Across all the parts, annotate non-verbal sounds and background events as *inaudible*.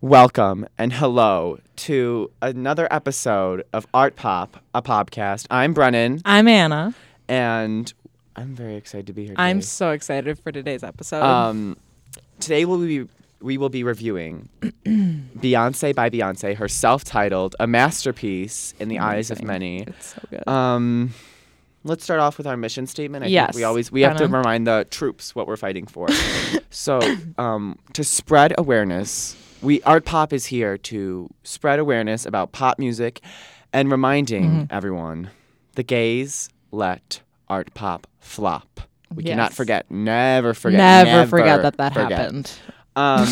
Welcome and hello to another episode of Art Pop, a podcast. I'm Brennan, I'm Anna. and I'm very excited to be here. Today. I'm so excited for today's episode. um, today we'll be we will be reviewing *clears throat* Beyonce by Beyonce, her self-titled, a masterpiece in the eyes of many. it's so good. Um, let's start off with our mission statement. I think we Yes, always we have to Anna. remind the troops what we're fighting *laughs* for. so, um, to spread awareness, we Art Pop is here to spread awareness about pop music and reminding Mm-hmm. everyone the gays let art pop flop. We cannot Yes. forget. Never forget. never, forget that that forget. happened. *laughs* Um,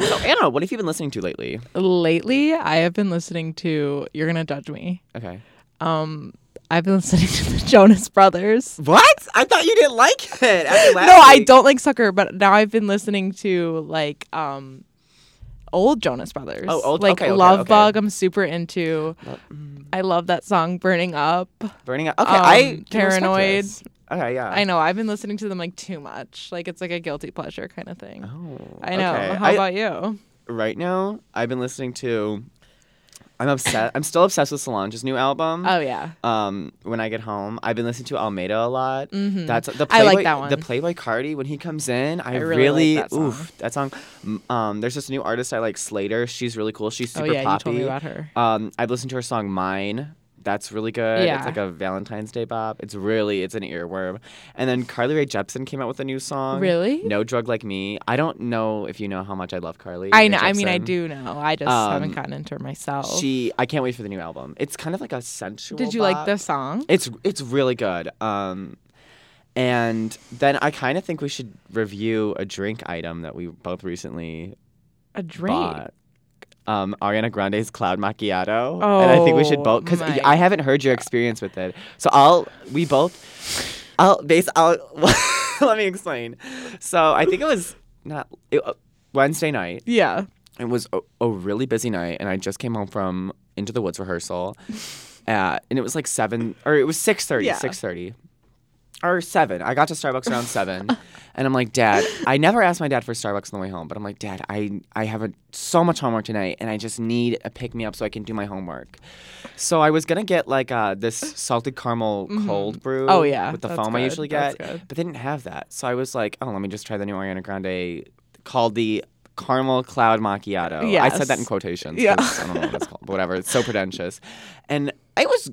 so Anna, what have you been listening to lately? Lately, I have been listening to. You're gonna judge me. Okay. Um, I've been listening *laughs* to the Jonas Brothers. What? I thought you didn't like it. *laughs* after last No, I week. don't like Sucker, but now I've been listening to like um, old Jonas Brothers. Oh, old- like okay, okay, Love okay. Bug. I'm super into. Well, mm. I love that song, Burning Up. Burning up. Okay, I Um, can respect Paranoid. this. Okay, yeah. I know I've been listening to them like too much. Like it's like a guilty pleasure kind of thing. Oh, I know. okay. How I- Mm. about you? right now? I've been listening to. I'm obsessed. I'm still obsessed with Solange's new album. Oh yeah. um, when I get home, I've been listening to Almeida a lot. Mhm. That's the I Playboy, like that The one. Playboy Cardi when he comes in, I, I really, really like that song. oof that song. Mm, Um, there's this new artist I like, Slater. She's really cool. She's Oh super yeah, you poppy. told me about her. um, I've listened to her song Mine. That's really good. Yeah. It's like a Valentine's Day bop. It's really it's an earworm. And then Carly Rae Jepsen came out with a new song. Really? No drug like me. I don't know if you know how much I love Carly. I Rae know. I mean, I Jepsen. do know. I just haven't Um, gotten into her myself. She. I can't wait for the new album. It's kind of like a sensual. Did you bop. like the song? It's it's really good. Um, and then I kind of think we should review a drink item that we both recently A drink. bought. Um, Ariana Grande's Cloud Macchiato, and I think we should Oh, both because my I haven't heard your experience with it. So I'll we both. I'll base. I'll *laughs* let me explain. So I think it was not it, uh, Wednesday night. Yeah. It was a, a really busy night, and I just came home from Into the Woods *laughs* rehearsal, uh, and it was like seven or it was six thirty, Yeah. six thirty, or seven. I got to Starbucks *laughs* around seven, and I'm like, Dad, I never asked my dad for Starbucks on the way home, but I'm like, Dad, I I have a, so much homework tonight, and I just need a pick me up so I can do my homework. So I was gonna get like uh, this salted *laughs* caramel cold brew. Oh, yeah. with the That's foam I good. usually That's get, good. but they didn't have that. So I was like, oh, let me just try the new Ariana Grande called the caramel cloud macchiato. I said that in Yes. quotations. 'cause Yeah. I don't know what it's called, but whatever. It's so pretentious, and it was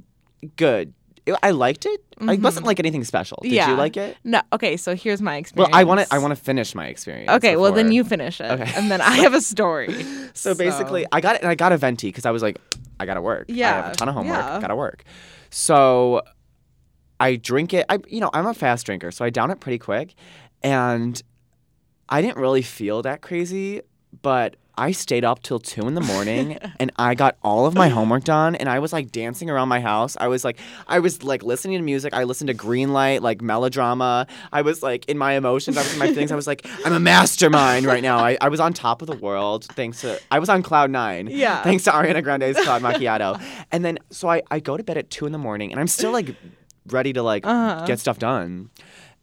good. It- I liked it. It wasn't like anything special. Did Mm-hmm. yeah. you like it? No. Okay. So here's my Well, experience. I want to. I want to finish my experience. Okay. Well, then before- you finish it, Okay. and then I have a story. *laughs* So basically, I got it, and I got a venti because I was like, I gotta work. I have Yeah, a ton of homework. yeah. Gotta work. So I drink it. I, you know, I'm a fast drinker, so I down it pretty quick, and I didn't really feel that crazy, but. I stayed up till two in the *laughs* morning and I got all of my homework done and I was like dancing around my house. I was like I was like listening to music. I listened to Green Light, like melodrama. I was like in my emotions. I was in my things. I was like, I'm a mastermind right now. I, I was on top of the world thanks to I was on Cloud Nine. Yeah. Thanks to Ariana Grande's Cloud Macchiato. and then so I, I go to bed at two in the morning and I'm still like ready to like Uh-huh. get stuff done.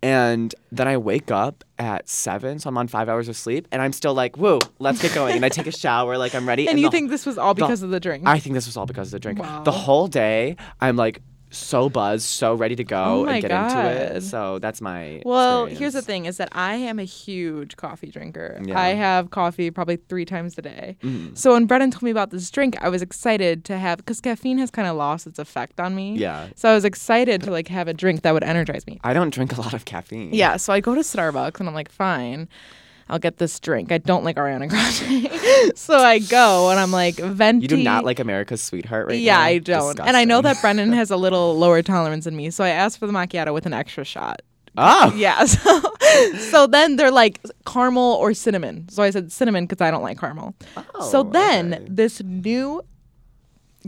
And then I wake up at seven, so I'm on five hours of sleep, and I'm still like, "Woo, let's get going!" And I take a shower, like I'm ready. *laughs* And you the- think this was all because of the drink? I think this was all because of the drink. Wow. The whole day, I'm like so buzzed, so ready to go Oh my and get into it. God. So that's my. Well, here's the experience. thing is that I am a huge coffee drinker. Yeah. Mm-hmm. I have coffee probably three times a day. So when Brennan told me about this drink, I was excited to have because caffeine has kind of lost its effect on me. Yeah. So I was excited to like have a drink that would energize me. I don't drink a lot of caffeine. Yeah. So I go to Starbucks and I'm like, fine, I'll get this drink. I don't like Ariana Grande. *laughs* so I go and I'm like, venti. You do not like America's Sweetheart, right? Yeah, now? I don't. And I know Disgusting. *laughs* that Brennan has a little lower tolerance than me. So I asked for the macchiato with an extra shot. Oh, Yeah. *laughs* So, so then they're like caramel or cinnamon. So I said cinnamon because I don't like caramel. so Oh, then okay. this new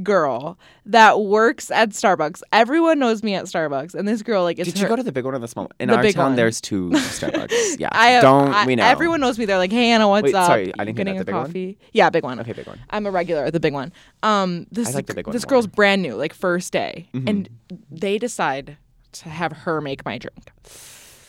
girl that works at Starbucks, everyone knows me at Starbucks, and this girl like it's Did her, you go to the big one or the small? one? In The our big town, one. there's *laughs* two Starbucks. Yeah, I don't I- we know? Everyone knows me. They're like, "Hey Anna, what's Wait, up? sorry, I didn't You hear getting that. The big a one? coffee? Yeah, big one. Okay, big one. I'm a regular at the big one. Um, this I like the big one this more. Mm-hmm. girl's brand new, like first day, and they decide to have her make my drink.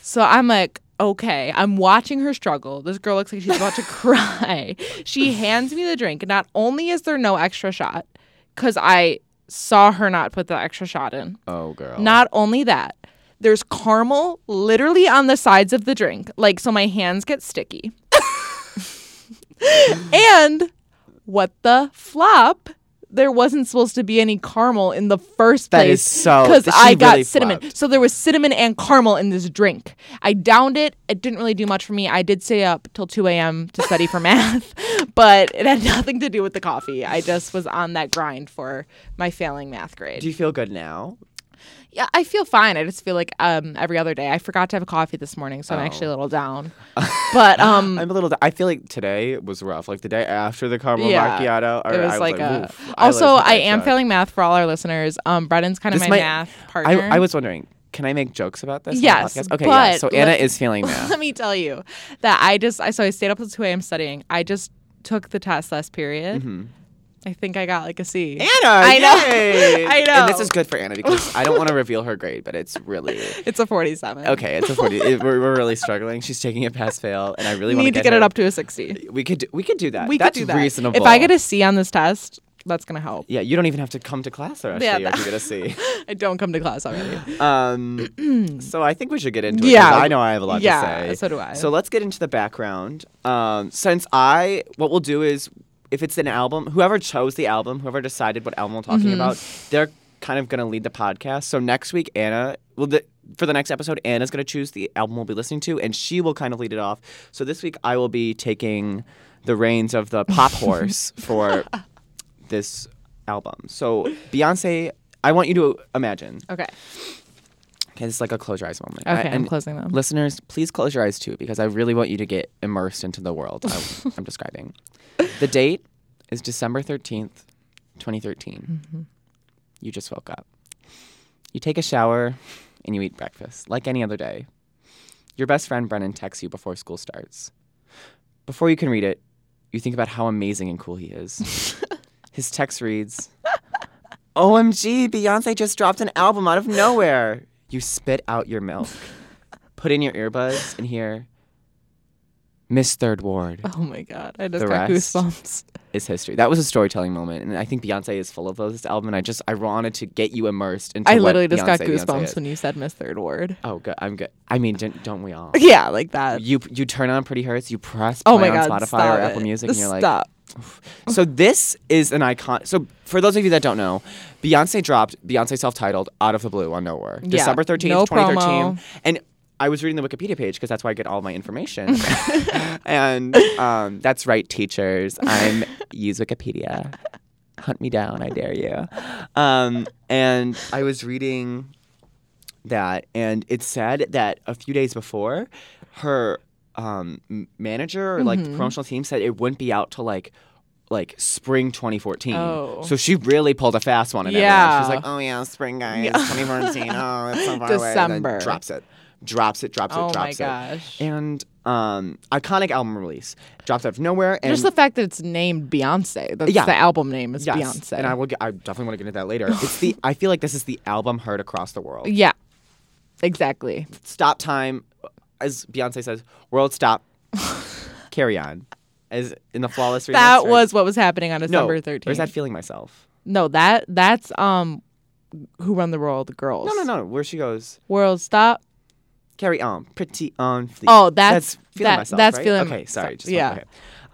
So I'm like, okay, I'm watching her struggle. This girl looks like she's *laughs* about to cry. She hands me the drink. Not only is there no extra shot, because I saw her not put the extra shot in. Oh, girl. Not only that, there's caramel literally on the sides of the drink. Like, so my hands get sticky. *laughs* and what the flop? There wasn't supposed to be any caramel in the first That place is so- because she I got really cinnamon. flapped. So there was cinnamon and caramel in this drink. I downed it. It didn't really do much for me. I did stay up till 2 a.m. to study for *laughs* math, but it had nothing to do with the coffee. I just was on that grind for my failing math grade. Do you feel good now? Yeah, I feel fine. I just feel like um, every other day. I forgot to have a coffee this morning, so I'm actually a *laughs* little down. but um, Oh. I'm a little. I feel like today was rough. Like the day after the caramel Yeah. macchiato, or it was I like, a, "Oof, I also live I my am truck." failing math for all our listeners. Um, Brendan's kind of This my might- math partner. I, I was wondering, can I make jokes about this? on the Yes, podcast? Okay. Yeah. but So Anna let- is feeling math. *laughs* *laughs* Let me tell you that I just I so I stayed up till two a.m. studying. I just took the test last period. Mm-hmm. I think I got like a C. Anna, I *laughs* know. yay! I And this know. is good for Anna because I *laughs* don't want to reveal her grade, but it's really It's a forty-seven. okay. It's a forty. it- we're, we're really struggling. She's taking a pass fail, and I really want need to get her- it up to a sixty. We could do, we could do that. We That's could do that. reasonable. If I get a C on this test, that's gonna help. yeah, you don't even have to come to class or actually Yeah, if you get a C. *gasps* I don't come to *gasps* class already. *clears throat* Um, so I think we should get into it. Yeah. Yeah, I know I have a lot Yeah, to say. so do I. So let's get into the background. Um, since I, what we'll do is, if it's an album, whoever chose the album, whoever decided what album we're talking Mm-hmm. about, they're kind of going to lead the podcast. So next week, Anna, well, the, for the next episode, Anna's going to choose the album we'll be listening to, and she will kind of lead it off. So this week, I will be taking the reins of the *laughs* pop horse for this album. So Beyonce, I want you to imagine. Okay. Okay, this is like a close your eyes moment. Okay, I- I'm and closing them. Listeners, please close your eyes too, because I really want you to get immersed into the world *laughs* I, am describing. The date is December 13th, 2013. Mm-hmm. You just woke up. You take a shower and you eat breakfast, like any other day. Your best friend Brennan texts you before school starts. Before you can read it, you think about how amazing and cool he is. *laughs* His text reads, OMG, Beyonce just dropped an album out of nowhere. You spit out your milk, put in your earbuds, and hear Miss Third Ward Oh my god, I just The got rest. goosebumps. is history. That was a storytelling moment, and I think Beyonce is full of those this album. And I just I wanted to get you immersed into. I what literally just got Beyonce- Beyonce goosebumps is. when you said Miss Third Ward. *laughs* oh, good. I'm good. I mean, don't, don't we all? Yeah, like that. You you turn on Pretty Hurts, you press play Oh my on god, Spotify stop or Apple it. Music, and you're like, stop. So this is an icon. So for those of you that don't know, Beyonce dropped Beyonce self-titled Out of the Blue on Nowhere, Yeah. December thirteenth, No twenty thirteen, promo. and. I was reading the Wikipedia page because that's where I get all my *laughs* information, and um, that's right, teachers. *laughs* I'm use Wikipedia. Hunt me down, I dare you. Um, and I was reading that, and it said that a few days before, her um, m- manager or like Mm-hmm. the promotional team said it wouldn't be out till like like spring 2014. Oh. So she really pulled a fast one. At yeah. Yeah. She's like, oh yeah, spring guys, *laughs* 2014. Oh, it's so far away. And then December. drops it, drops it, drops it, Oh my drops it. gosh. And um, iconic album release dropped out of nowhere. And Just the fact that it's named Beyonce. That's Yeah. the album name is yes, Beyonce. And I will. Get, I definitely want to get into that later. it's the. I feel like this is the album heard across the world. yeah. Exactly. stop time, as Beyonce says, world *laughs* stop, carry on, as in the flawless. remix, That right? was what was happening on no, December Or is thirteenth. that feeling myself? no, that that's um who run the world, the girls. No, no, no. Where she goes, World stop. carry on, pretty on. Fleek. Oh, that's- feeling that- myself. that's right? feeling Okay, sorry. myself. Just wanted- Yeah. okay.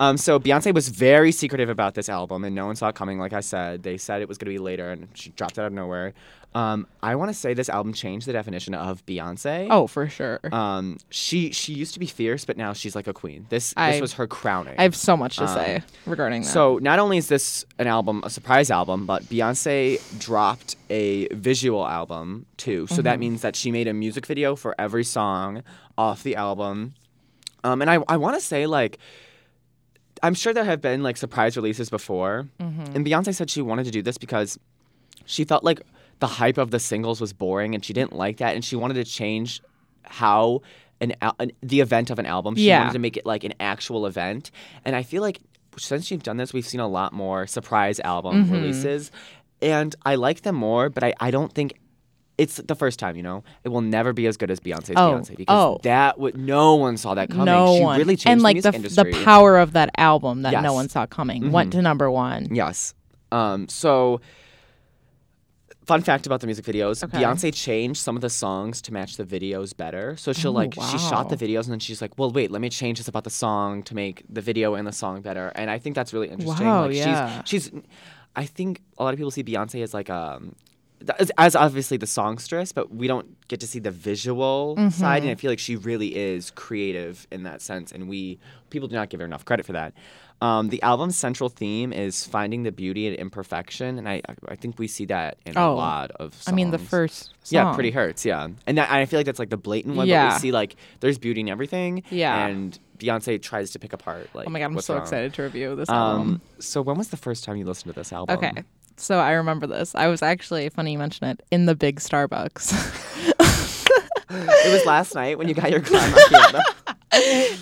Um, so Beyonce was very secretive about this album, and no one saw it coming. Like I said, they said it was going to be later, and she dropped it out of nowhere. Um, I want to say this album changed the definition of Beyonce. Oh, for sure. Um, she she used to be fierce, but now she's like a queen. This I- this was her crowning. I have so much uh, to say regarding that. So not only is this an album, a surprise album, but Beyonce dropped a visual album too. So that means that she made a music video for every song off the album. Um, and I, I want to say like, I'm sure there have been like surprise releases before, Mm-hmm. and Beyonce said she wanted to do this because she felt like the hype of the singles was boring, and she didn't like that, and she wanted to change how an, al- an the event of an album. She Yeah. wanted to make it like an actual event, and I feel like since she's done this, we've seen a lot Mm-hmm. more surprise album releases, and I like them more, but I, I don't think it's the first time, you know. It will never be as good as Beyonce's Oh, Beyonce because oh. that would no one saw that coming. no she one really changed and like the music the f- industry. the power of that album that Yes. Mm-hmm. no one saw coming went to number one. Yes. Um, so, fun fact about the music videos: Okay. Beyonce changed some of the songs to match the videos better. So she'll Oh, like she shot the wow. videos and then she's like, "Well, wait, let me change this about the song to make the video and the song better." And I think that's really interesting. Wow, like, yeah. She's, she's, I think a lot of people see Beyonce as like um. th- as- As obviously the songstress, but we don't get to see the visual side, and Mm-hmm. I feel like she really is creative in that sense, and we people do not give her enough credit for that. Um, the album's central theme is finding the beauty in imperfection, and I I think we see that in a Oh. lot of songs. I mean, the first song. yeah, pretty hurts, yeah, and that, I feel like that's like the blatant one, but Yeah. we see like there's beauty in everything, Yeah. and Beyonce tries to pick apart like Oh my god, I'm what's so wrong. excited to review this album. Um, so when was the first time you listened to this album? Okay. So I remember this. I was actually funny you mention it in the big Starbucks. *laughs* It was last night when you got your glam *laughs* macchiato.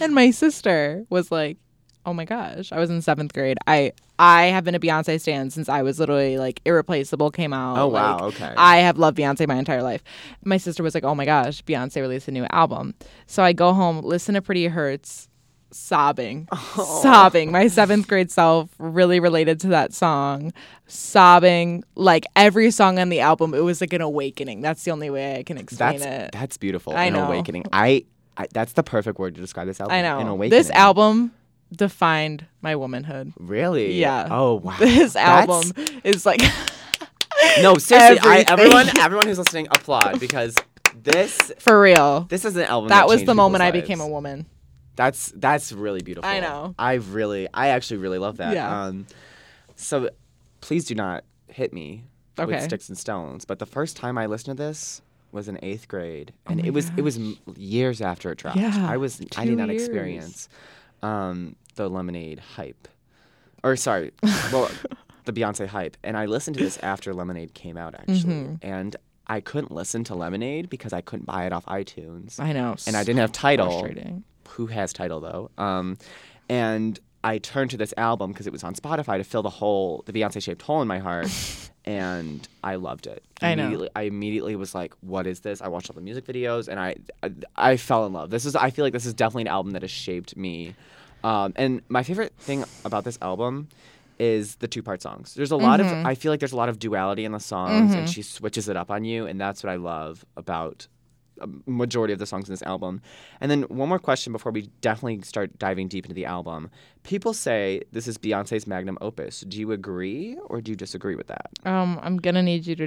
and my sister was like, "Oh my gosh, I was in 7th grade. I I have been a Beyonce stan since I was literally like Irreplaceable came out. Oh, like, wow, okay. I have loved Beyonce my entire life. My sister was like, "Oh my gosh, Beyonce released a new album." So I go home, listen to Pretty Hurts, *laughs* sobbing, Oh. sobbing. My seventh grade self really related to that song, sobbing. Like every song on the album, it was like an awakening. That's the only way I can explain That's it. that's beautiful. I An know. awakening. I, I that's the perfect word to describe this album. I An know. awakening. This album defined my womanhood. *laughs* Really? Yeah. Oh *laughs* wow. This That's- album is like *laughs* No, seriously, I, Everything. everyone, everyone who's listening, applaud because this for real. this is an album. that That, was changed the moment I people's became a lives. woman. That's that's really beautiful. I know. I really, I actually really love that. Yeah. Um, so, please do not hit me with Okay. sticks and stones. But the first time I listened to this was in eighth grade, and it was it was m- years after it dropped. Oh Yeah, I was I two did not years. experience um, the Lemonade hype, or *laughs* sorry, well, the Beyonce hype. And I listened to this after Lemonade came out actually, Mm-hmm. and I couldn't listen to Lemonade because I couldn't buy it off iTunes I know. and I didn't have title. frustrating. Who has title though? Um, and I turned to this album because it was on Spotify to fill the hole, the Beyonce shaped hole in my *laughs* heart, and I loved it. I know. Immediately- I immediately was like, "What is this?" I watched all the music videos, and I, I, I fell in love. This is. I feel like this is definitely an album that has shaped me. Um, and my favorite thing about this album is the two part songs. There's a lot Mm-hmm. of. I feel like there's a lot of duality in the songs, and she switches it up on you, and that's what I love about a majority of the songs in this album. And then one more question before we definitely start diving deep into the album. People say this is Beyonce's magnum opus. Do you agree or do you disagree with that? Um, I'm gonna need you to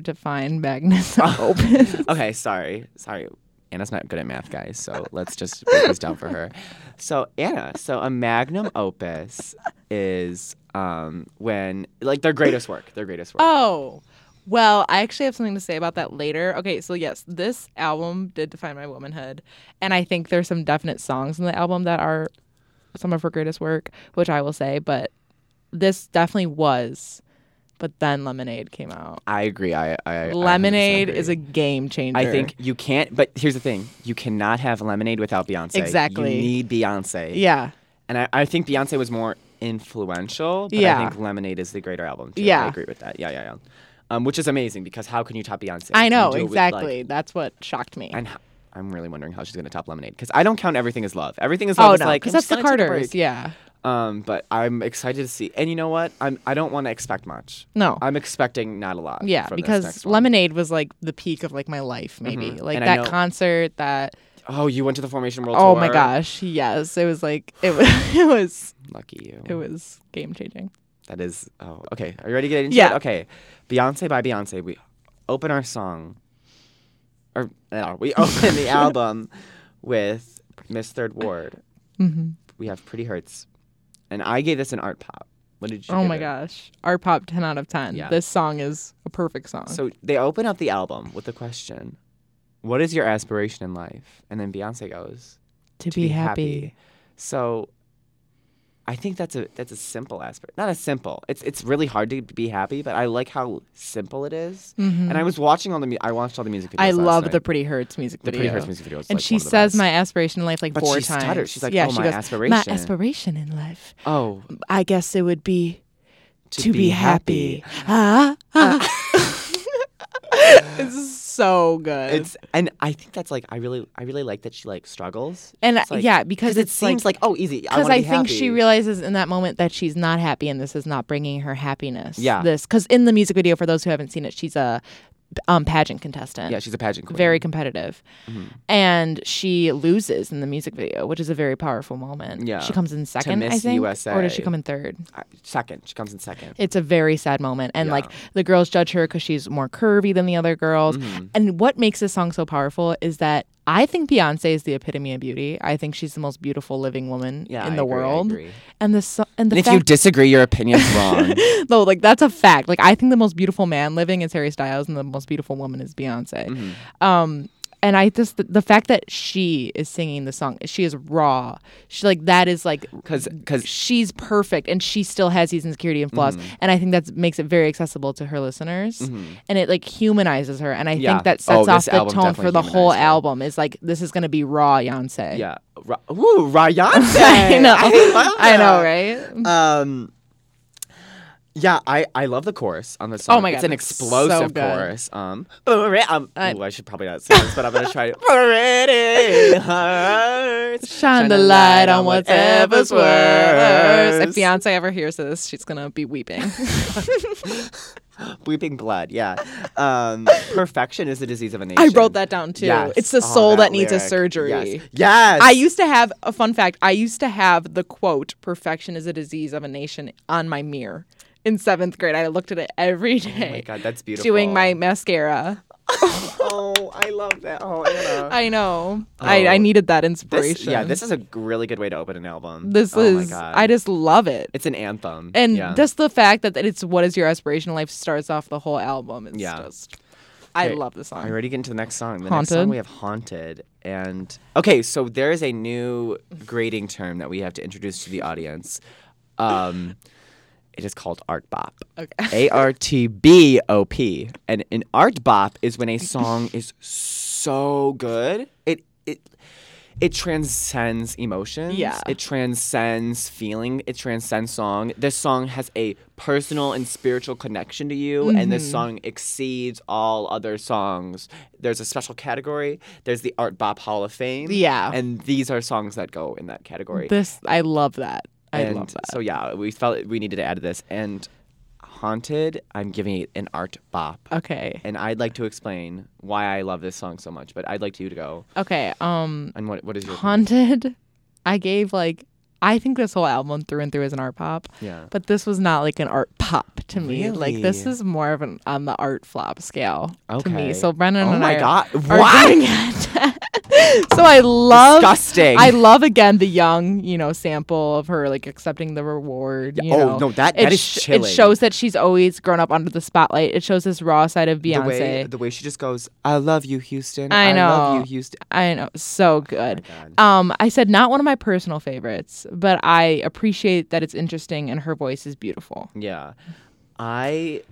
*laughs* define *laughs* Magnus Open. okay, sorry. Sorry. Anna's not good at math, guys, *laughs* so let's just break this down for her. So, Anna, so a magnum opus is um, when, like, their greatest work, their greatest work. *laughs* Oh, well, I actually have something to say about that later. Okay, so yes, this album did define my womanhood, and I think there's some definite songs in the album that are some of her greatest work, which I will say. But this definitely was. But then Lemonade came out. I agree. I, *laughs* I I 100% Lemonade is agree. a game changer. I think you can't, but here's the thing you cannot have lemonade without Beyonce. Exactly. You need Beyonce. Yeah. And I, I think Beyonce was more influential, but I Yeah. think Lemonade is the greater album. Too. I Yeah. agree with that. Yeah, yeah, yeah. Um, which is amazing because how can you top Beyonce? I You know do it with, exactly. like, That's what shocked me. and h- I'm really wondering how she's going to top Lemonade because I don't count Everything as Love. Everything is Love Oh is no, like, because I'm just that's the gonna take a Carters. break. Yeah. Um, but I'm excited to see. And you know what? I'm I don't want to expect much. No. I'm expecting not a lot. Yeah, from this because next one. Mm-hmm. Lemonade was like the peak of like my life, maybe like And I know- that concert. That Oh, you went to the Formation World oh Tour. my gosh, yes, it was like it was *laughs* it was Lucky you. it was game changing. That is. Oh, okay. Are you ready to get into it? Yeah. Okay. Beyonce by Beyonce. We open our song, or no, *laughs* we open the album with Miss Third Ward. Mm-hmm. We have Pretty Hurts, and I gave this an art pop. What did you? Oh give my it? gosh, art pop ten out of ten. Yeah. This song is a perfect song. So they open up the album with the question, "What is your aspiration in life?" And then Beyonce goes, to, "To be happy." So. I think that's a that's a simple aspect. Not a simple. It's it's really hard to be happy, but I like how simple it is. Mhm. And I was watching all the mu- I watched all the music videos. I last love night. the Pretty Hurts music the video. Pretty Hurts music videos. and she says my aspiration in life like But four she times. stutters. She's like, yeah, "Oh, she my goes, aspiration." My aspiration in life. oh I guess it would be to, be, happy. Ah, ah. *laughs* It's so good. It's and I think that's like I really I really like that she like struggles. and it's like- yeah, because Because it it's seems like, oh easy. because Because I, think she realizes in that moment that she's not happy, and this is not bringing her happiness. Yeah. this because in the music video, for those who haven't seen it, she's a um, pageant contestant. Yeah, she's a pageant queen. very competitive, Mm-hmm. and she loses in the music video, which is a very powerful moment. Yeah. she comes in second, I Miss think, or does she USA. come in third? Uh, second. She comes in second. It's a very sad moment, and like the girls judge her because she's more curvy than the other girls. Mm-hmm. And what makes this song so powerful is that I think Beyonce is the epitome of beauty. I think she's the most beautiful living woman Yeah, in I the agree, I world. agree. And the so- and the And if you fact disagree, your opinion's *laughs* wrong. *laughs* no, like that's a fact. Like I think the most beautiful man living is Harry Styles, and the most beautiful woman is Beyonce. Mm-hmm. Um, and I just the, the fact that she is singing the song, she is raw. She like that is like Because because she's perfect, and she still has these insecurity and flaws. Mm-hmm. And I think that makes it very accessible to her listeners, and it like humanizes her. And I Yeah. think that Oh, sets off this the album tone for definitely the whole humanized her. album. Is like this is gonna be raw, Beyonce. yeah, Ra- ooh, Rayonce. *laughs* I know. love *laughs* I know, that. right? Um, yeah, I, I love the chorus on the song. Oh my it's God, an it's so explosive good. Uh, chorus. Um, um I- ooh, I should probably not say this, but I'm gonna *laughs* try. Pretty hearts, Shine the light on whatever's worse. If Beyonce ever hears this, she's gonna be weeping. *laughs* Weeping blood, yeah. Um, perfection is a disease of a nation. I wrote that down too. Yes. It's the Oh, soul that, needs a lyric. surgery. Yes. yes. I used to have a fun fact. I used to have the quote "Perfection is a disease of a nation" on my mirror in seventh grade. I looked at it every day, Oh my god, that's beautiful. doing my mascara. Oh, I love that. Oh, *laughs* Anna. I know. I, Oh. I needed that This, inspiration. yeah, this is a g- really good way to open an album. This oh is. My god. I just love it. It's an anthem. And yeah. just the fact that it's what is your aspiration in life starts off the whole album. It's Yeah. just I Okay, love the I song. already get into the next song. The next Haunted. song we have haunted, and okay, so there is a new grading term that we have to introduce to the audience. Um, it is called art bop. A R T B O P, and an art bop is when a song is so good it it it transcends emotions. Yeah. It transcends feeling. It transcends song. This song has a personal and spiritual connection to you, and Mm-hmm. this song exceeds all other songs. There's a special category. There's the Art Bop Hall of Fame. Yeah. And these are songs that go in that category. This I love that. I and love that. So, yeah, we felt we needed to add this. And Haunted, I'm giving it an Art Bop. Okay. And I'd like to explain why I love this song so much, but I'd like you to go. Okay. Um And what, what is your opinion? Haunted. I gave like I think this whole album through and through is an art pop. Yeah. But this was not like an art pop to me. Like this Really? is more of an on the art flop scale to me. Okay. So Brennan Oh and my I god! are Why? going at that. *laughs* so I love Disgusting. I love again the young, you know, sample of her like accepting the reward. You oh, know. no, that- It that is It chilling. shows that she's always grown up under the spotlight. It shows this raw side of the Beyonce. way the way she just goes, "I love you, Houston. I love know. you, Houston." I know, so good. Oh God. um, I said not one of my personal favorites, but I appreciate that it's interesting and her voice is beautiful. Yeah, I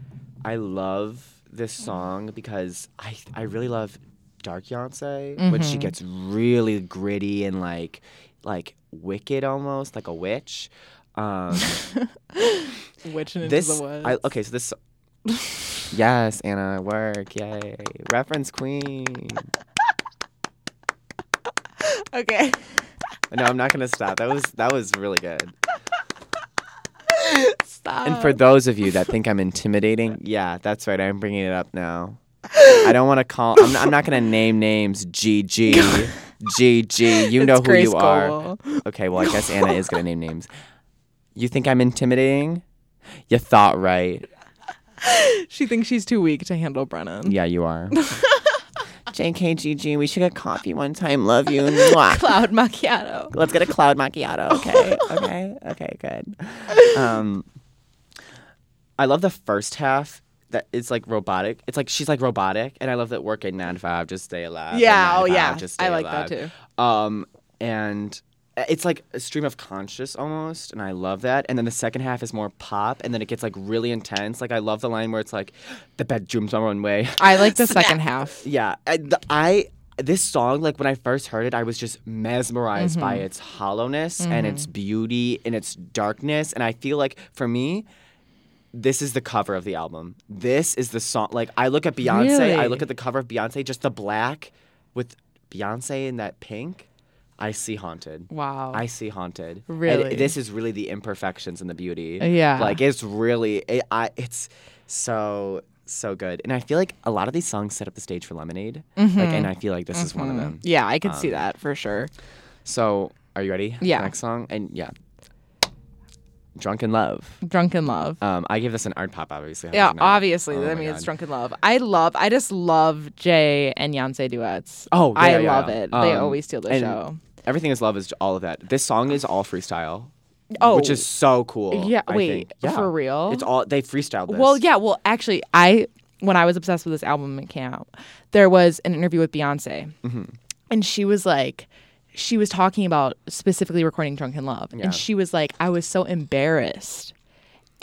I love this song because I I really love Dark Beyonce when she gets really gritty and like like wicked almost like a witch. Um, Which this I, okay, so this. *laughs* yes, Anna, work, yay! Reference queen. *laughs* okay. No, I'm not gonna stop. That was that was really good. Stop. And for those of you that think I'm intimidating, yeah, that's right. I'm bringing it up now. I don't want to call. I'm not, I'm not going to name names. GG, GG. You know who you are. Okay, well, I guess Anna is going to name names. You think I'm intimidating? You thought right. She thinks she's too weak to *laughs* handle Brennan. Yeah, you are. JKGG, we should get coffee one time. Love you. Mwah. Cloud macchiato. Let's get a cloud macchiato. *laughs* Okay. Okay. Okay. Good. Um, I love the first half. That it's like robotic. It's like she's like robotic, and I love that working nine to five, just stay alive. and Yeah, nine to oh five, yeah. Just I stay like that alive. Um, and it's like a stream of conscious almost, and I love that. And then the second half is more pop, and then it gets like really intense. Like I love the line where it's like, "The bedroom's our own way." I *laughs* like the second half. Yeah, I, the, I this song like when I first heard it, I was just mesmerized by its hollowness and its beauty and its darkness, and I feel like for me, this is the cover of the album. This is the song. Like I look at Beyonce, I Really? look at the cover of Beyonce, just the black with Beyonce in that pink. I see haunted. Wow. I see haunted. And Really? this is really the imperfections and the beauty. Yeah. Like it's really it, I it's so so good. And I feel like a lot of these songs set up the stage for Lemonade. Like and Mm-hmm. I feel like this is one of them. yeah, I could see Um, that for sure. So, are you ready? Yeah. Next song and yeah. Drunken Love. Drunken love. Um, I give this an art pop, obviously. yeah, 100%. obviously. Oh I my mean, it's God. drunken love. I love. I just love Jay and Beyonce duets. Oh, yeah, I yeah, love yeah. it. they Um, always steal the and show. Everything is love is all of that. This song is all freestyle. Oh. which is so cool. Yeah, I wait, think. Yeah. for real? It's all they freestyled this. Well, yeah. Well, actually, I when I was obsessed with this album it came out, there was an interview with Beyonce, Mm-hmm. and she was like, she was talking about specifically recording "Drunken Love," Yeah. and she was like, I was so embarrassed.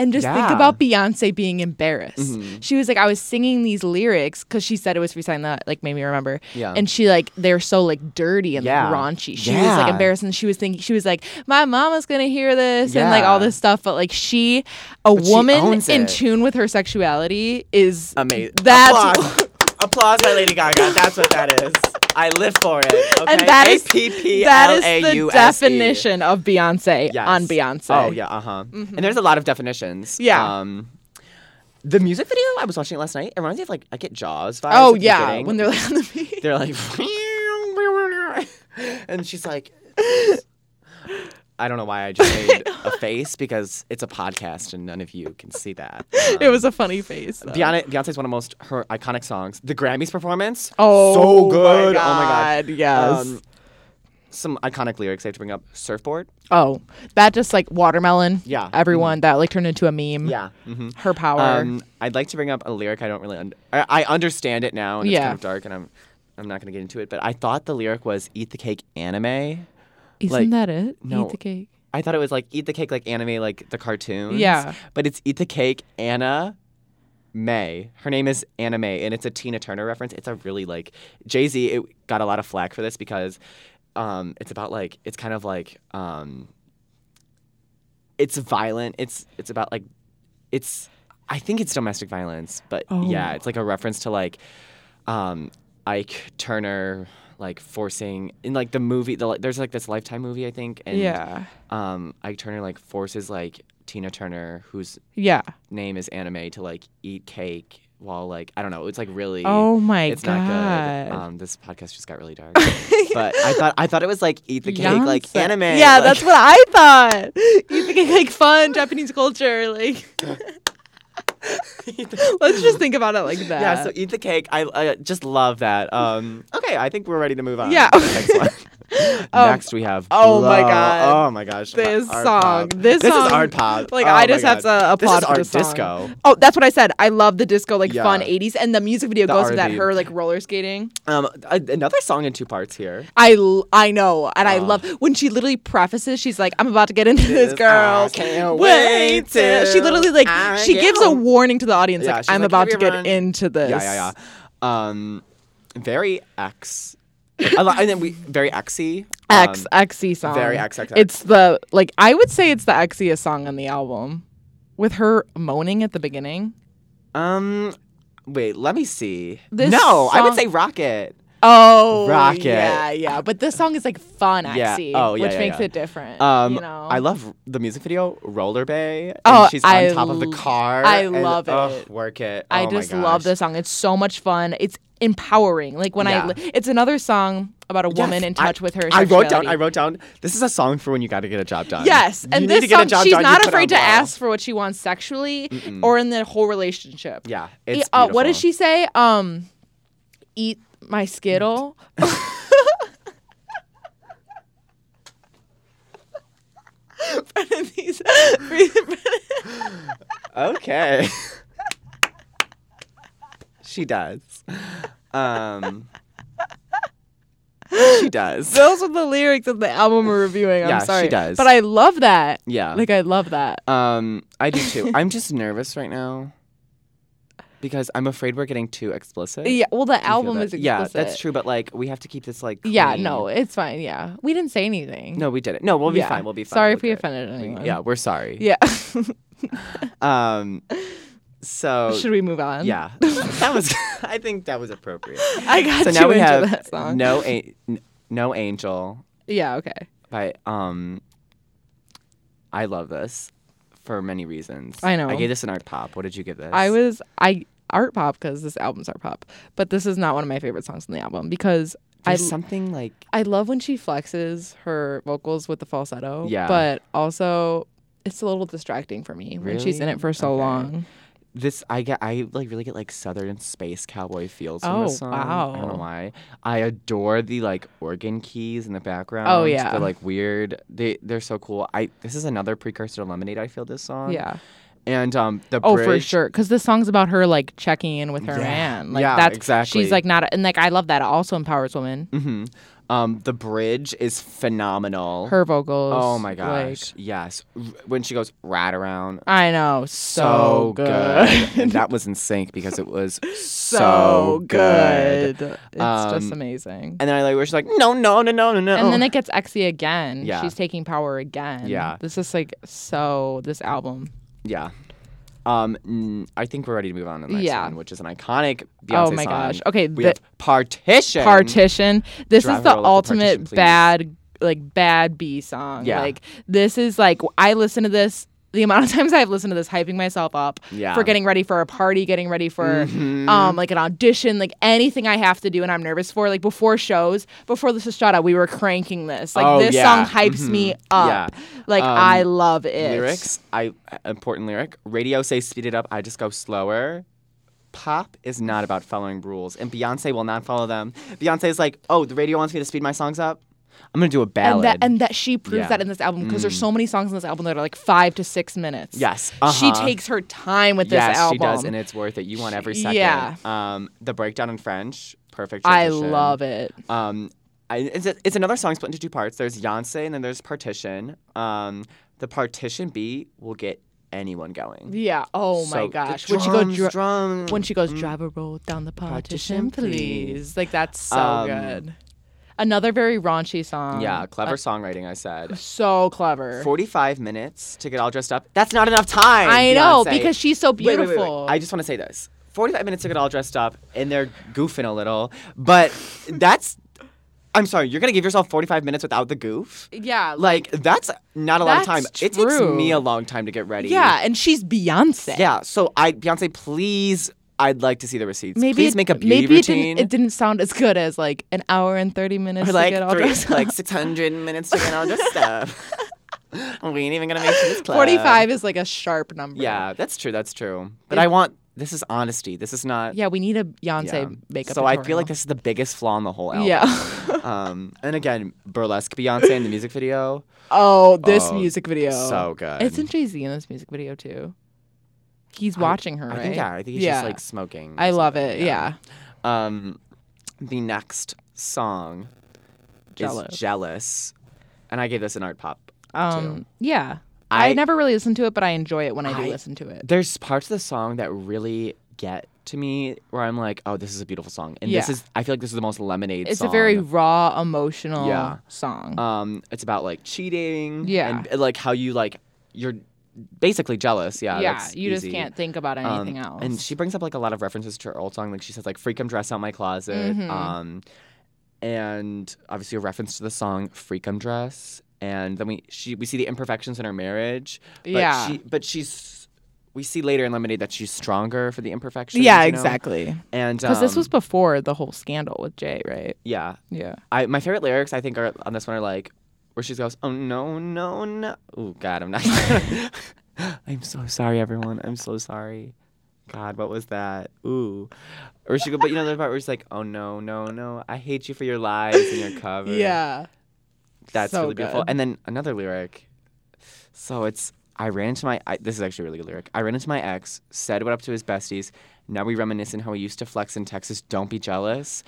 And just Yeah. Mm-hmm. think about Beyonce being embarrassed. She was like, I was singing these lyrics because she said it was freestyling that like made me remember. Yeah. And she like they're so like dirty and Yeah. like, raunchy. She was Yeah. like embarrassed and she was thinking she was like, My mama's gonna hear this and like all Yeah. this stuff. But like she a she woman owns in it. tune with her sexuality is amazing. That's applause. *laughs* applause by Lady Gaga. That's what that is. I live for it. Okay? *laughs* and that is APPLAUSE. that is the definition of Beyonce E. Yes. on Beyonce. Mm-hmm. Oh yeah, uh huh. And there's a lot of definitions. Yeah. Um, the music video I was watching it last night. It reminds me of like I get Jaws vibes. Oh at the yeah, beginning. when they're like on the beach. *laughs* they're like, *laughs* and she's *laughs* like, I don't know why I just made a face because it's a podcast and none of you can see that. *laughs* Um, It was a funny face. though. Uh, Beyonce, Beyonce's one of most her iconic songs. The Grammys performance, Oh, so my good. Oh my god, Um, God, yes. some iconic lyrics I have to bring up. Surfboard, oh, that just like watermelon. Yeah. everyone that like turned into a meme. yeah. hmm her power. Um, I'd like to bring up a lyric I don't really. Un- I, I understand it now, and it's Yeah. kind of dark, and I'm I'm not gonna get into it. But I thought the lyric was "Eat the cake, anime." Isn't like, that it? no. Eat the cake. I thought it was like eat the cake like anime, like the cartoons. Yeah. But it's eat the cake Anna May. Her name is Anna May, and it's a Tina Turner reference. It's a really like Jay Z. It got a lot of flack for this because um, it's about like it's kind of like um, it's violent. It's it's about like it's I think it's domestic violence, but Oh. yeah, it's like a reference to like um, Ike Turner like forcing in like the movie. The, there's like this Lifetime movie I think, and Yeah, um, Ike Turner like forces like Tina Turner, whose yeah. name is anime, to like eat cake while like I don't know. It's like really. Oh my it's god. not good. Um, this podcast just got really *laughs* dark. but I thought I thought it was like eat the cake like Beyonce. anime. Yeah, like- *laughs* that's what I thought. You think it's like fun Japanese culture, like. Let's just think about it like that. Yeah, so e-, eat the cake. I, I just love that. Um, okay, I think we're ready to move on. Yeah. to the next *laughs* one. *laughs* Um, next we have. oh my Blow. God. Oh my gosh. my this art song, pop. this, This song, is art pop. Like Oh I my just have God. to applaud for This this is art song. disco. Oh, that's what I said. I love the disco, like Yeah. fun '80s, and the music video The goes with that. R&B. Her like roller skating. Um, a- another song in two parts here. I l- I know, and I love when she literally prefaces. She's like, "I'm about to get into this, I girls. can't wait till-" she till literally like I she get gives a home. warning to the audience, Yeah, like, she's "I'm like, about to everyone- get into this." Yeah, yeah, yeah. Um, very X. A lot, and then we very Xy. Um, X Xy song. very X, X, X. It's the like I would say it's the Xiest song on the album, with her moaning at the beginning. Um, wait, let me see. This no, I would song- say Rocket. Oh, Rocket. Yeah, yeah. But this song is like fun Xy, Yeah. Oh, yeah, which yeah, makes yeah. it different. Um, you know, I love the music video Roller Bay. and Oh, she's on I top of the l- car. I and- love ugh, it. work it. I Oh my just love gosh. this song. It's so much fun. It's empowering. Like when Yeah. I, li- it's another song about a Yes, woman in I- touch with her. I wrote down. sexuality. I wrote down. This is a song for when you got to get a job done. Yes, You and need to this get a song, job she's done, you not put on afraid to Blow. ask for what she wants sexually or in the whole relationship. Yeah, E- it's uh, what does beautiful. she say? Um, eat my skittle. *laughs* Brennan, Okay. *laughs* she does. Um, she does. *laughs* those are the lyrics of the album we're reviewing. I'm Yeah, she sorry, does. but I love that. Yeah. Like I love that. Um, I do too. I'm just nervous right now. because I'm afraid we're getting too explicit. Yeah. Well, the Do you feel album that? is explicit. Yeah, that's true. But like, we have to keep this like. Yeah. clean. No, it's fine. Yeah. We didn't say anything. No, we did it. No, we'll be Yeah. fine. We'll be fine. Sorry We'll if we do it. offended We- anyone. Yeah, we're sorry. Yeah. *laughs* Um. So Should we move on? yeah, that was. *laughs* I think that was appropriate. I got so too now we into have that song. no a- N- no angel Yeah. Okay. by um. I love this for many reasons. I know. I gave this an art pop. What did you give this? I was I art pop because this album's art pop, but this is not one of my favorite songs on the album because I There's something like I love when she flexes her vocals with the falsetto. Yeah. But also, it's a little distracting for me when she's in Really? it for so Okay. long. this. I get. I like really get like southern space cowboy feels from Oh, this song. I don't wow. know why. I adore the like organ keys in the background. Oh, yeah. they're like weird. They they're so cool. I this is another precursor to Lemonade. I feel this song. Yeah. and um the Oh, for bridge- sure. Because this song's about her like checking in with her Yeah. man. Like Yeah, that's exactly. She's like not, and like I love that. It also empowers women. Mhm. Um, the bridge is phenomenal. Her vocals. oh my like- gosh, yes. R- When she goes right around, I know. So, *laughs* and that was in sync because it was so, so good. good. It's Um, just amazing. And then I like where she's like, no, no, no, no, no, no. And then it gets exy again. Yeah. She's taking power again. Yeah. This is like so this album. yeah. Um, n- I think we're ready to move on to the next Yeah. one, which is an iconic Beyonce Oh my song. gosh. Okay, we the- have partition. Partition. This Drive is her the all up to Partition, ultimate please. bad like bad B song. Yeah. Like this is like I listen to this the amount of *laughs* times I've listened to this hyping myself up Yeah. for getting ready for a party, getting ready for Mhm. um like an audition, like anything I have to do and I'm nervous for, like before shows, before the Sustrada, we were cranking this. Like Oh, this yeah. song hypes me Mhm. up. Yeah. Like Um, I love it. lyrics. I uh, important lyric. Radio say speed it up. I just go slower. Pop is not about following rules, and Beyonce will not follow them. Beyonce is like, oh, the radio wants me to speed my songs up. I'm gonna do a and ballad. that and that she proves Yeah. Mm. that in this album because there's so many songs in this album that are like five to six minutes. yes, she uh-huh. takes her time with this yes, album. she does, and it's worth it. You want every She- second. yeah. Um, the breakdown in French, perfect. I transition. love it. Um, I, it's, a, it's another song split into two parts. There's Beyonce, and then there's Partition. Um, the Partition beat will get anyone going. Yeah. Oh So- my the gosh. when she goes, drums, dr- drums. when she goes, drive a roll down the partition, Partition, please." please. Like that's so Um, good. Another very raunchy song. Yeah, clever songwriting, I said. So clever. 45 minutes to get all dressed up. That's not enough time. I know Beyonce. because she's so Wait, wait, beautiful. wait, wait. I just want to say this 45 minutes to get all dressed up, and they're goofing a little, *laughs* but that's. I'm sorry, you're going to give yourself 45 minutes without the goof? yeah. Like, Like, that's not a long That's time. It takes true. me a long time to get ready. yeah, and she's Beyonce. Yeah, so I, Beyonce, please, I'd like to see the receipts. Maybe please it- make a beauty maybe It routine. didn't, it didn't sound as good as like an hour and thirty minutes Or to get all like three, dressed up. like 600 minutes to get all *laughs* dressed up. *laughs* we ain't even going to make this club. Forty-five is like a sharp number. Yeah, that's true. That's true. But It- I want this is honesty. This is not. Yeah, we need a Beyonce yeah. makeup. So I feel like tutorial. this is the biggest flaw in the whole album. Yeah. *laughs* um, and again, burlesque Beyonce in the music video. *laughs* oh, this Oh, music video. So good. It's in Jay Z in this music video too. He's watching her, I right? think yeah. I think he's Yeah. just like smoking. or I love it. something, Yeah. Um, the next song Jealous. is jealous, and I gave this an art pop. Um. Yeah. I, I- never really listen to it, but I enjoy it when I do I- listen to it. There's parts of the song that really get to me where I'm like, oh, this is a beautiful song, and this Yeah. is I feel like this is the most lemonade. It's song. a very raw, emotional Yeah. song. Um, it's about like cheating. Yeah. And uh, like how you like you're basically jealous. Yeah. yeah, that's you just easy. can't think about Um, anything else. And she brings up like a lot of references to her old song. Like she says like "freak 'em dress out my closet." Mhm. Um, and obviously a reference to the song "freak 'em dress." And then we she we see the imperfections in her marriage. But yeah. She, but she's. We see later in Lemonade that she's stronger for the imperfections. yeah, you know? exactly. And Because this um, was before the whole scandal with Jay, right? yeah. Yeah. I my favorite lyrics I think are on this one are like where she goes, "Oh no, no, no." Oh god, I'm not. *laughs* I'm so sorry everyone. I'm so sorry. God, what was that? Ooh. Or she go, but you know the part where she's like, "Oh no, no, no. I hate you for your lies and your cover." Yeah. That's so really beautiful. good. And then another lyric. So it's I ran into my I, this is actually a really good lyric. I ran into my ex, said what up to his besties. Now we reminisce on how we used to flex in Texas. Don't be jealous.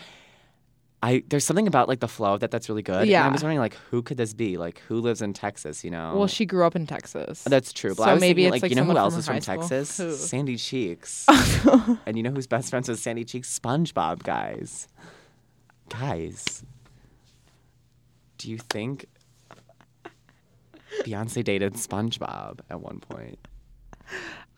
I there's something about like the flow of that that's really good. And Yeah. I was wondering like who could this be? Like who lives in Texas? You know. Well, she grew up in Texas. That's true. But So I was maybe thinking, it's, like, like, you know who someone from else her is from high school. Texas? Who? Sandy *laughs* Cheeks. and you know who's best friends with Sandy Cheeks? SpongeBob, guys. Guys. Do you think Beyonce dated SpongeBob at one point?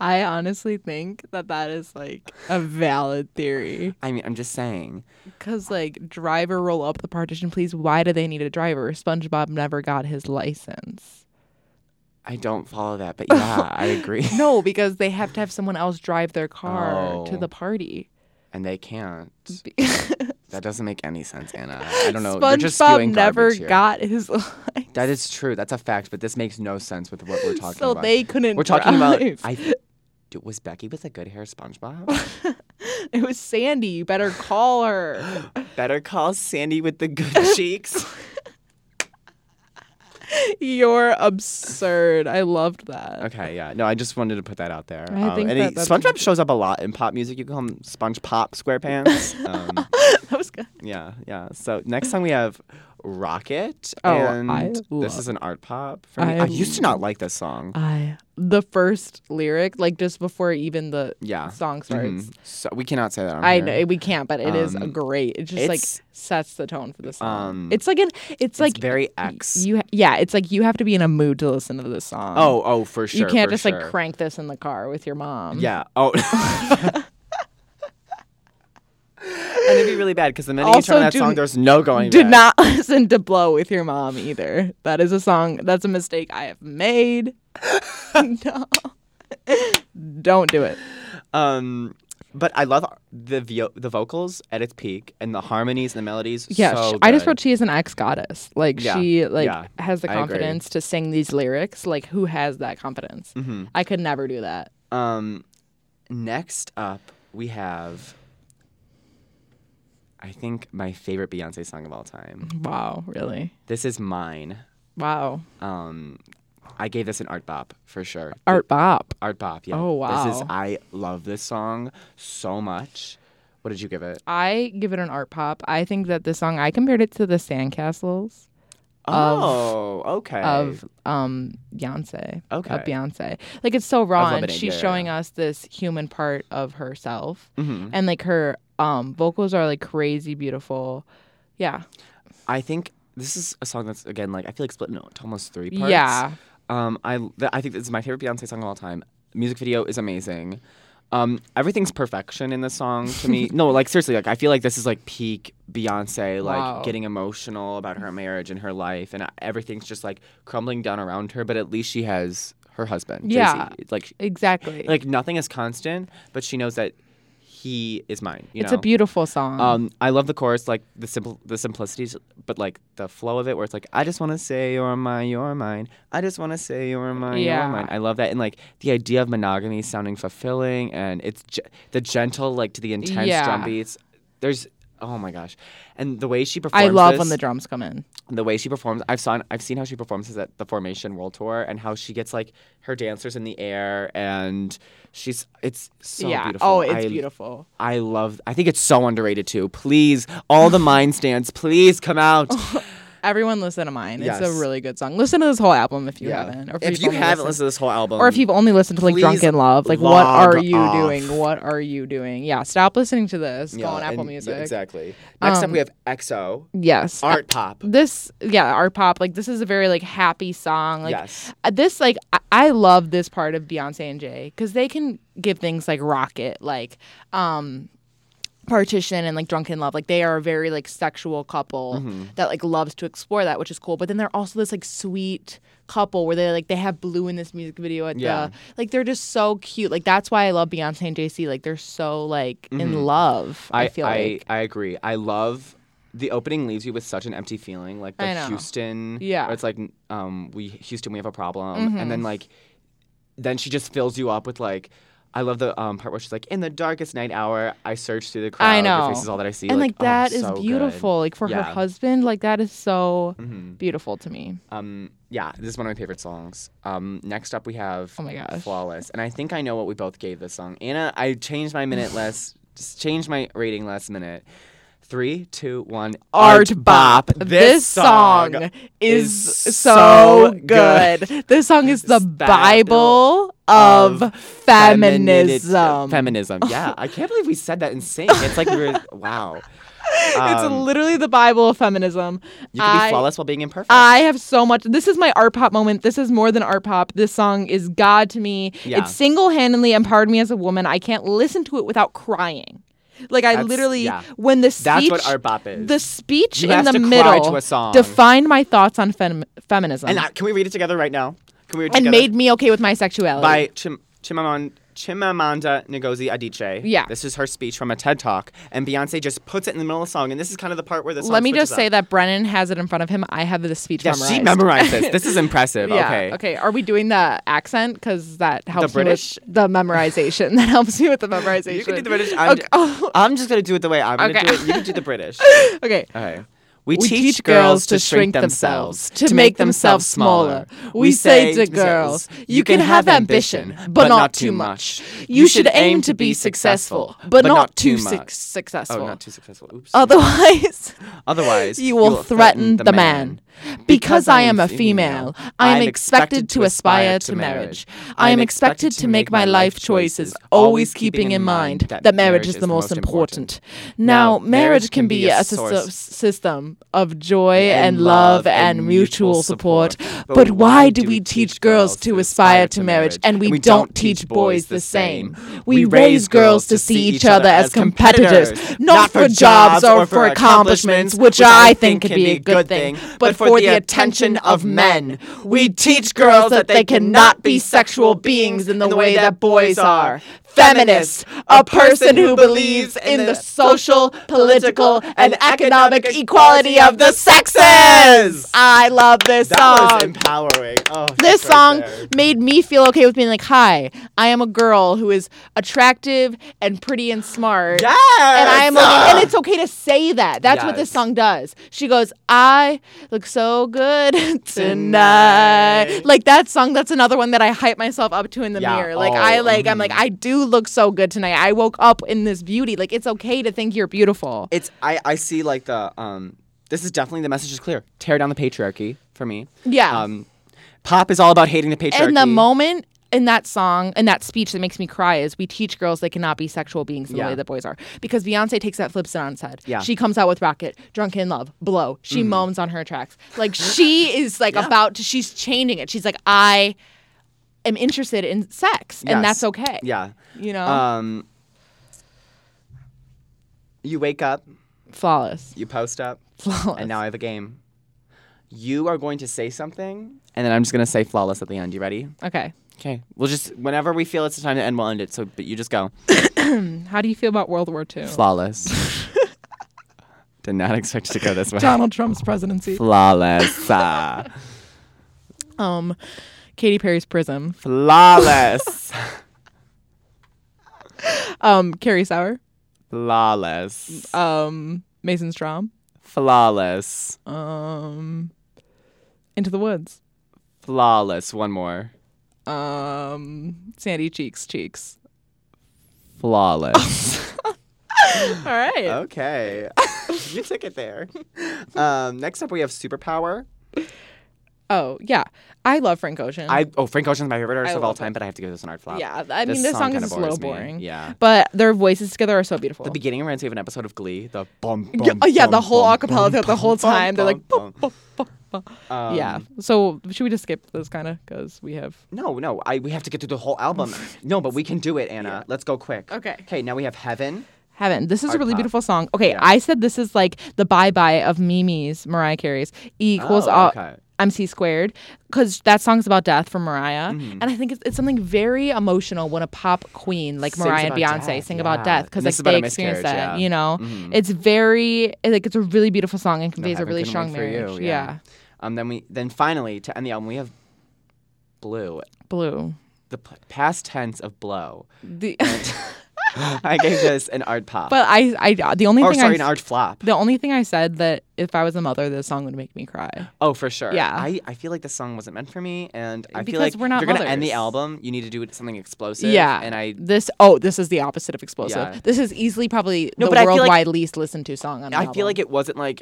I honestly think that that is like a valid theory. I mean, I'm just saying. *laughs* Cause like driver roll up the partition, please. Why do they need a driver? SpongeBob never got his license. *laughs* I don't follow that, but yeah, I agree. No, because they have to have someone else drive their car Oh. to the *laughs* party. And they can't. Be- That doesn't make any sense, Anna. I don't know. You're just SpongeBob spewing never garbage here. got his license, That is true. That's a fact, but this makes no sense with what we're talking so about. they couldn't. We're talking about. drive. I th- d- was Becky with a good hair, SpongeBob. *laughs* it was Sandy. You better call her. *gasps* Better call Sandy with the *laughs* good cheeks. You're absurd. I loved that. Okay, yeah. No, I just wanted to put that out there. Um, I think and that he- that's SpongeBob shows up a lot in pop music. You can call him Sponge Pop SquarePants. *laughs* um, That was good. yeah, yeah. So next time we have Rocket. Oh, and I this love- is an art pop. For me. I I used to not like this song. I the first lyric, like just before even the Yeah. song starts. Mhm. So we cannot say that. On I here. know we can't, but it is a Um, great. It just like it's- sets the tone for the song. um, it's like an. It's, It's like very y- X. You ha- yeah. It's like you have to be in a mood to listen to this song. oh, oh, for sure. you can't for just like sure. crank this in the car with your mom. Yeah. Oh. *laughs* and it'd be really bad because the minute Also, you turn on that do- song, there's no going. Do back. not *laughs* listen to "Blow" with your mom either. That is a song. That's a mistake I have made. *laughs* no, *laughs* don't do it. Um, but I love the vo- the vocals at its peak and the harmonies and the melodies. Yeah, so sh I just good. wrote she is an ex goddess. Like Yeah, she like yeah, has the I agree. confidence to sing these lyrics. Like who has that confidence? Mm-hmm. I could never do that. Um, next up we have. I think my favorite Beyonce song of all Mm-hmm. time. Wow, really? This is mine. Wow, Um, I gave this an art bop for sure. art bop. Art bop, yeah. Oh, This is wow. I love this song so much. What did you give it? I give it an art pop. I think that this song I compared it to the Sandcastles oh, okay. of um Beyonce. Okay. Of Beyonce. Like it's so raw and Lemonade, she's yeah, showing us this human part of herself. Mhm. And like her um vocals are like crazy beautiful. Yeah. I think this is a song that's again like I feel like split into almost three parts. Yeah. Um, I th- I think this is my favorite Beyonce song of all time. Music video is amazing. Um, everything's perfection in this song to *laughs* me. no, like seriously, like I feel like this is like peak Beyonce, like Wow. getting emotional about her marriage and her life, and everything's just like crumbling down around her. But at least she has her husband. Jay-Z. Yeah. like Exactly. like nothing is constant, but she knows that he is mine. You it's know? a beautiful song. Um, I love the chorus, like the simple, the simplicities, but like the flow of it, where it's like, I just want to say you're mine, you're mine. I just want to say you're mine, Uh, Yeah. you're mine. I love that, and like the idea of monogamy sounding fulfilling, and it's ge- the gentle, like to the intense Yeah. drum beats. There's, oh my gosh, and the way she performs. I love when this- the drums come in. the way she performs i've seen i've seen how she performs this at the formation world tour and how she gets like her dancers in the air and she's it's so yeah. beautiful Oh, it's I- beautiful. i love i think it's so underrated too please all *laughs* the mind stands please come out Oh, Everyone listen to mine. It's Yes. a really good song. Listen to this whole album if you Yeah. haven't. Or if you've you only haven't listened- listened to this whole album or if you've only listened to like please Drunken Love, like what are log you off. doing? What are you doing? Yeah, stop listening to this. Yeah, Go on Apple and- yeah, Music. Um, exactly next up we have exo Yes. art pop This yeah, art pop. Like this is a very like happy song. Like yes uh, this like I, I love this part of Beyonce and Jay because they can give things like Rocket, like um partition and like drunken love like they are a very like sexual couple Mm-hmm. that like loves to explore that which is cool but then they're also this like sweet couple where they like they have blue in this music video at Yeah. the like they're just so cute like that's why i love beyonce and jc like they're so like in love i, feel Mm-hmm. I, like I agree. I love the opening leaves you with such an empty feeling, like I the know. Houston. Yeah. Mm-hmm. where it's like um, we Houston, we have a problem, and then like, then she just fills you up with like. I love the um, part where she's like, "In the darkest night hour, I search through the crowd. I know. Your face is all that I see." and like, oh, that is so good. beautiful like for her Yeah. Mm-hmm. husband like that is so beautiful to me Um, yeah, this is one of my favorite songs. Um, next up, we have Oh my gosh. Flawless. And I think I know what *laughs* we both gave this song. Anna, I changed my minute last, just changed my rating last minute. Three, two, one. Art Bop. This song is so good. This song is the It's the Bible of feminism. Feminism. Yeah, I can't believe we said that in sync. It's like we *laughs* were wow. It's Um, literally the Bible of feminism. you can be I- flawless while being imperfect. I have so much. This is my art pop moment. This is more than art pop. This song is God to me. Yeah. It single handedly empowered me as a woman. I can't listen to it without crying. Like I That's- literally, yeah. when the speech, That's what art bop is. the speech You in have the to cry middle to a song. defined my thoughts on fem- feminism and I, can we read it together right now? Can we read it and together? made me okay with my sexuality. by Chim- Chimamand- Chimamanda Ngozi Adichie. Yeah. This is her speech from a TED Talk, and Beyonce just puts it in the middle of the song, and this is kind of the part where the song Let me switches just say up. that Brennan has it in front of him. I have the speech Yeah, memorized. she memorized this. This *laughs* is impressive. Yeah. okay. Are we doing the accent? Because that helps British? me with the memorization. *laughs* that helps me with the memorization. You can do the British. I'm, *laughs* okay. oh, I'm just gonna do it the way I'm gonna Okay. do it. You can do the *laughs* British. okay. Okay. We, We teach, girls to shrink themselves, to make themselves smaller. We say to girls, you can have ambition, but not too much. You should aim to be successful, but not too suc- much. successful. Oh, not too successful. Oops. Otherwise, Otherwise, you will threaten the man. Because I am a female, I am expected to aspire to marriage. I am expected to make my life choices, always keeping in mind that marriage is the most important. Now, marriage can be a sys- source- system of joy and love and mutual support. But why do we teach girls to aspire to marriage and we don't teach boys the same? We raise girls to see each other as competitors, not for jobs or for accomplishments, which I think could be a good thing, but for the attention of men. We teach girls that they cannot be sexual beings in the way that boys are. Feminist, a person who believes in the social, political, and economic equality of the sexes. I love this That was song. empowering. Oh, This that's right song there. made me feel okay with being like, hi, I am a girl who is attractive and pretty and smart. Yes. And I am okay, and it's okay to say that. That's what this Yes. song does. She goes, I look so good *laughs* tonight. Tonight. Like that song, that's another one that I hype myself up to in the Yeah. mirror. Like I Oh, like I'm like, I do look so good tonight. I woke up in this beauty. Like it's okay to think you're beautiful. It's I I see like the um. This is definitely the message is clear. Tear down the patriarchy for me. Yeah. Um, pop is all about hating the patriarchy. And the moment in that song, in that speech that makes me cry is we teach girls they cannot be sexual beings in the Yeah. way that boys are. Because Beyonce takes that flips it on its head. Yeah. Mm-hmm. She comes out with Rocket, Drunk in Love, Blow. She moans on her tracks. *laughs* Like she is like about to, she's changing it. She's like, I am interested in sex and Yes. that's okay. Yeah. You know? Um. You wake up. flawless. You post up. Flawless. And now I have a game. You are going to say something, and then I'm just gonna say flawless at the end. You ready? Okay. Okay. We'll just whenever we feel it's the time to end, we'll end it. So, but you just go How do you feel about World War II? *laughs* flawless. Did not expect it to go this way. Donald Trump's presidency. Flawless. Uh, Um, Katy Perry's Prism. flawless. Um, Carrie Sauer. flawless. Um, Mason Strom. Flawless. Um, Into the Woods. Flawless. One more. Um, Sandy Cheeks Cheeks. Flawless. All right. *laughs* Uh, okay. you took it there. Um, next up, we have Superpower. Oh yeah, I love Frank Ocean. I oh Frank Ocean's my favorite artist I of all love time, but I have to give this an art flop. yeah, I mean this song, kinda is just a bores little me. boring. Yeah. But their voices together are so beautiful. The beginning reminds me of an episode of Glee. The bum. Yeah, bum, oh, yeah, the bum, whole bum, acapella bum, thing, the whole bum, time. They're bum, like, bum, bum. Um, yeah. So should we just skip those kind of because we have No, no, I we have to get through the whole *laughs* album. no, but we can do it, Anna. Let's go quick. Okay. Okay, now we have Heaven. heaven. This is a Art really pop. beautiful song. Okay, Yeah. I said this is like the bye bye of Mimi's Mariah Carey's E equals Oh, all. okay. MC squared because that song's about death for Mariah, Mm-hmm. and I think it's, it's something very emotional when a pop queen like Sings Mariah and about Beyonce death, sing about yeah. death because And like this is about they a experience that. miscarriage, yeah. Mm-hmm. You know, it's very it- like it's a really beautiful song and conveys a Heaven really Couldn't strong Wait for marriage. You, yeah. Um. Then we then finally to end the album we have Blue. blue. The p- past tense of blow. The I gave this an art pop. *laughs* But I, I the only or thing Oh, sorry, I, an art flop. the only thing I said that if I was a mother, this song would make me cry. Oh, for sure. Yeah. I, I feel like this song wasn't meant for me, and I feel Because like we're not if you're gonna end mothers. the album. You need to do something explosive. Yeah. And I This oh, this is the opposite of explosive. Yeah. This is easily probably No, the but I feel like- worldwide least listened to song on. I feel like it wasn't like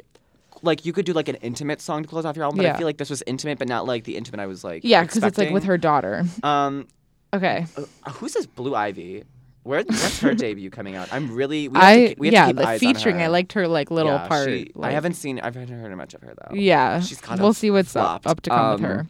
like you could do like an intimate song to close off your album, but I Yeah. feel like this was intimate, but not like the intimate I was like. yeah, because it's like with her daughter. her. Um, Okay, uh, who's this Blue Ivy? Where, where's *laughs* her debut coming out? I'm really. We have I to, ke- we have to yeah, keep the eyes on featuring. I her. liked her like little Yeah, part. she- I like- haven't seen. I've haven't heard much of her though. Yeah, She's kind we'll of see what's up, flopped. up to come with Um, her.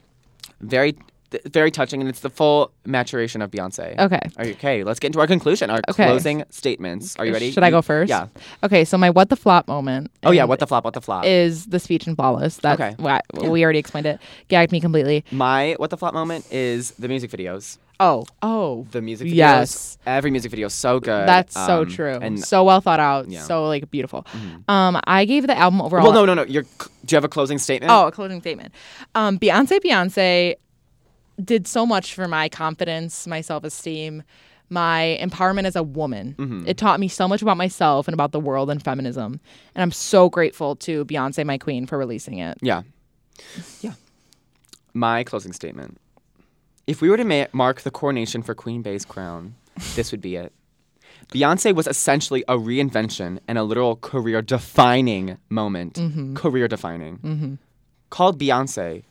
Very, th- very touching, and it's the full maturation of Beyonce. Okay. Are you- okay, let's get into our conclusion, our Okay. closing statements. Are you ready? Should I You- go first? Yeah. Okay, so my what the flop moment. Oh yeah. and- What the flop? What the flop? is the speech in Flawless. That's Okay. why we already explained it. Gagged me completely. My what the flop moment is the music videos. Oh, oh, The music videos. Yes. Every music video is so good. that's so um, true. And so well thought out. Yeah. Mm-hmm. So like beautiful. Um, I gave the album overall. well, no, no, no. You're, c- do you have a closing statement? Oh, a closing statement. Um, Beyonce, Beyonce did so much for my confidence, my self esteem, my empowerment as a woman. Mm-hmm. It taught me so much about myself and about the world and feminism. And I'm so grateful to Beyonce, my queen, for releasing it. Yeah. Yeah. My closing statement. If we were to ma- mark the coronation for Queen Bey's crown, this would be it. Beyonce was essentially a reinvention and a literal career defining moment. Mm-hmm. Career defining. Called Beyonce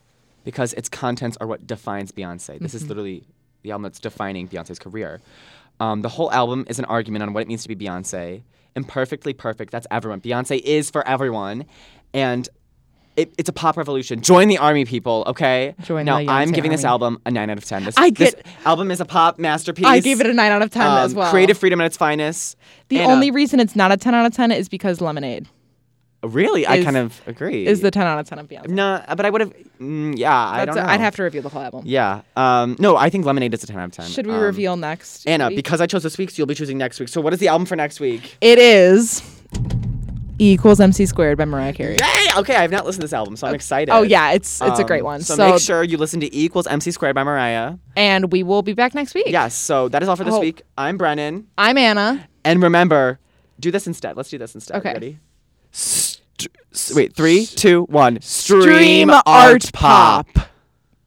because its contents are what defines Beyonce. This Mm-hmm. is literally the album that's defining Beyonce's career. Um, the whole album is an argument on what it means to be Beyonce. Imperfectly perfect, that's everyone. Beyonce is for everyone. And it, it's a pop revolution. Join the army, people, okay? Join now, the I'm Beyonce giving this army. album a 9 out of 10. This, I this get- album is a pop masterpiece. I gave it a 9 out of 10 as Um, well. Creative freedom at its finest. uh, The Anna, only reason it's not a 10 out of 10 is because Lemonade really, I is- kind of agree. is the 10 out of 10 of Beyonce. no? But I would have. Mm, yeah, I That's don't know. I'd have to review the whole album. Yeah. Um. No, I think Lemonade is a ten out of ten. Should we Um, reveal next? Anna? week? Because I chose this week, so you'll be choosing next week. So what is the album for next week? it is E equals MC squared by Mariah Carey. Yay! Okay, I've not listened to this album, so I'm excited. Oh yeah, it's it's a Um, great one. So, So, make sure you listen to E equals MC squared by Mariah. and we will be back next week. Yes. So that is all for this Oh. week. I'm Brennan, I'm Anna. and remember, do this instead. Let's do this instead. Okay. Ready? St- s- wait, three, two, one. Dream art pop.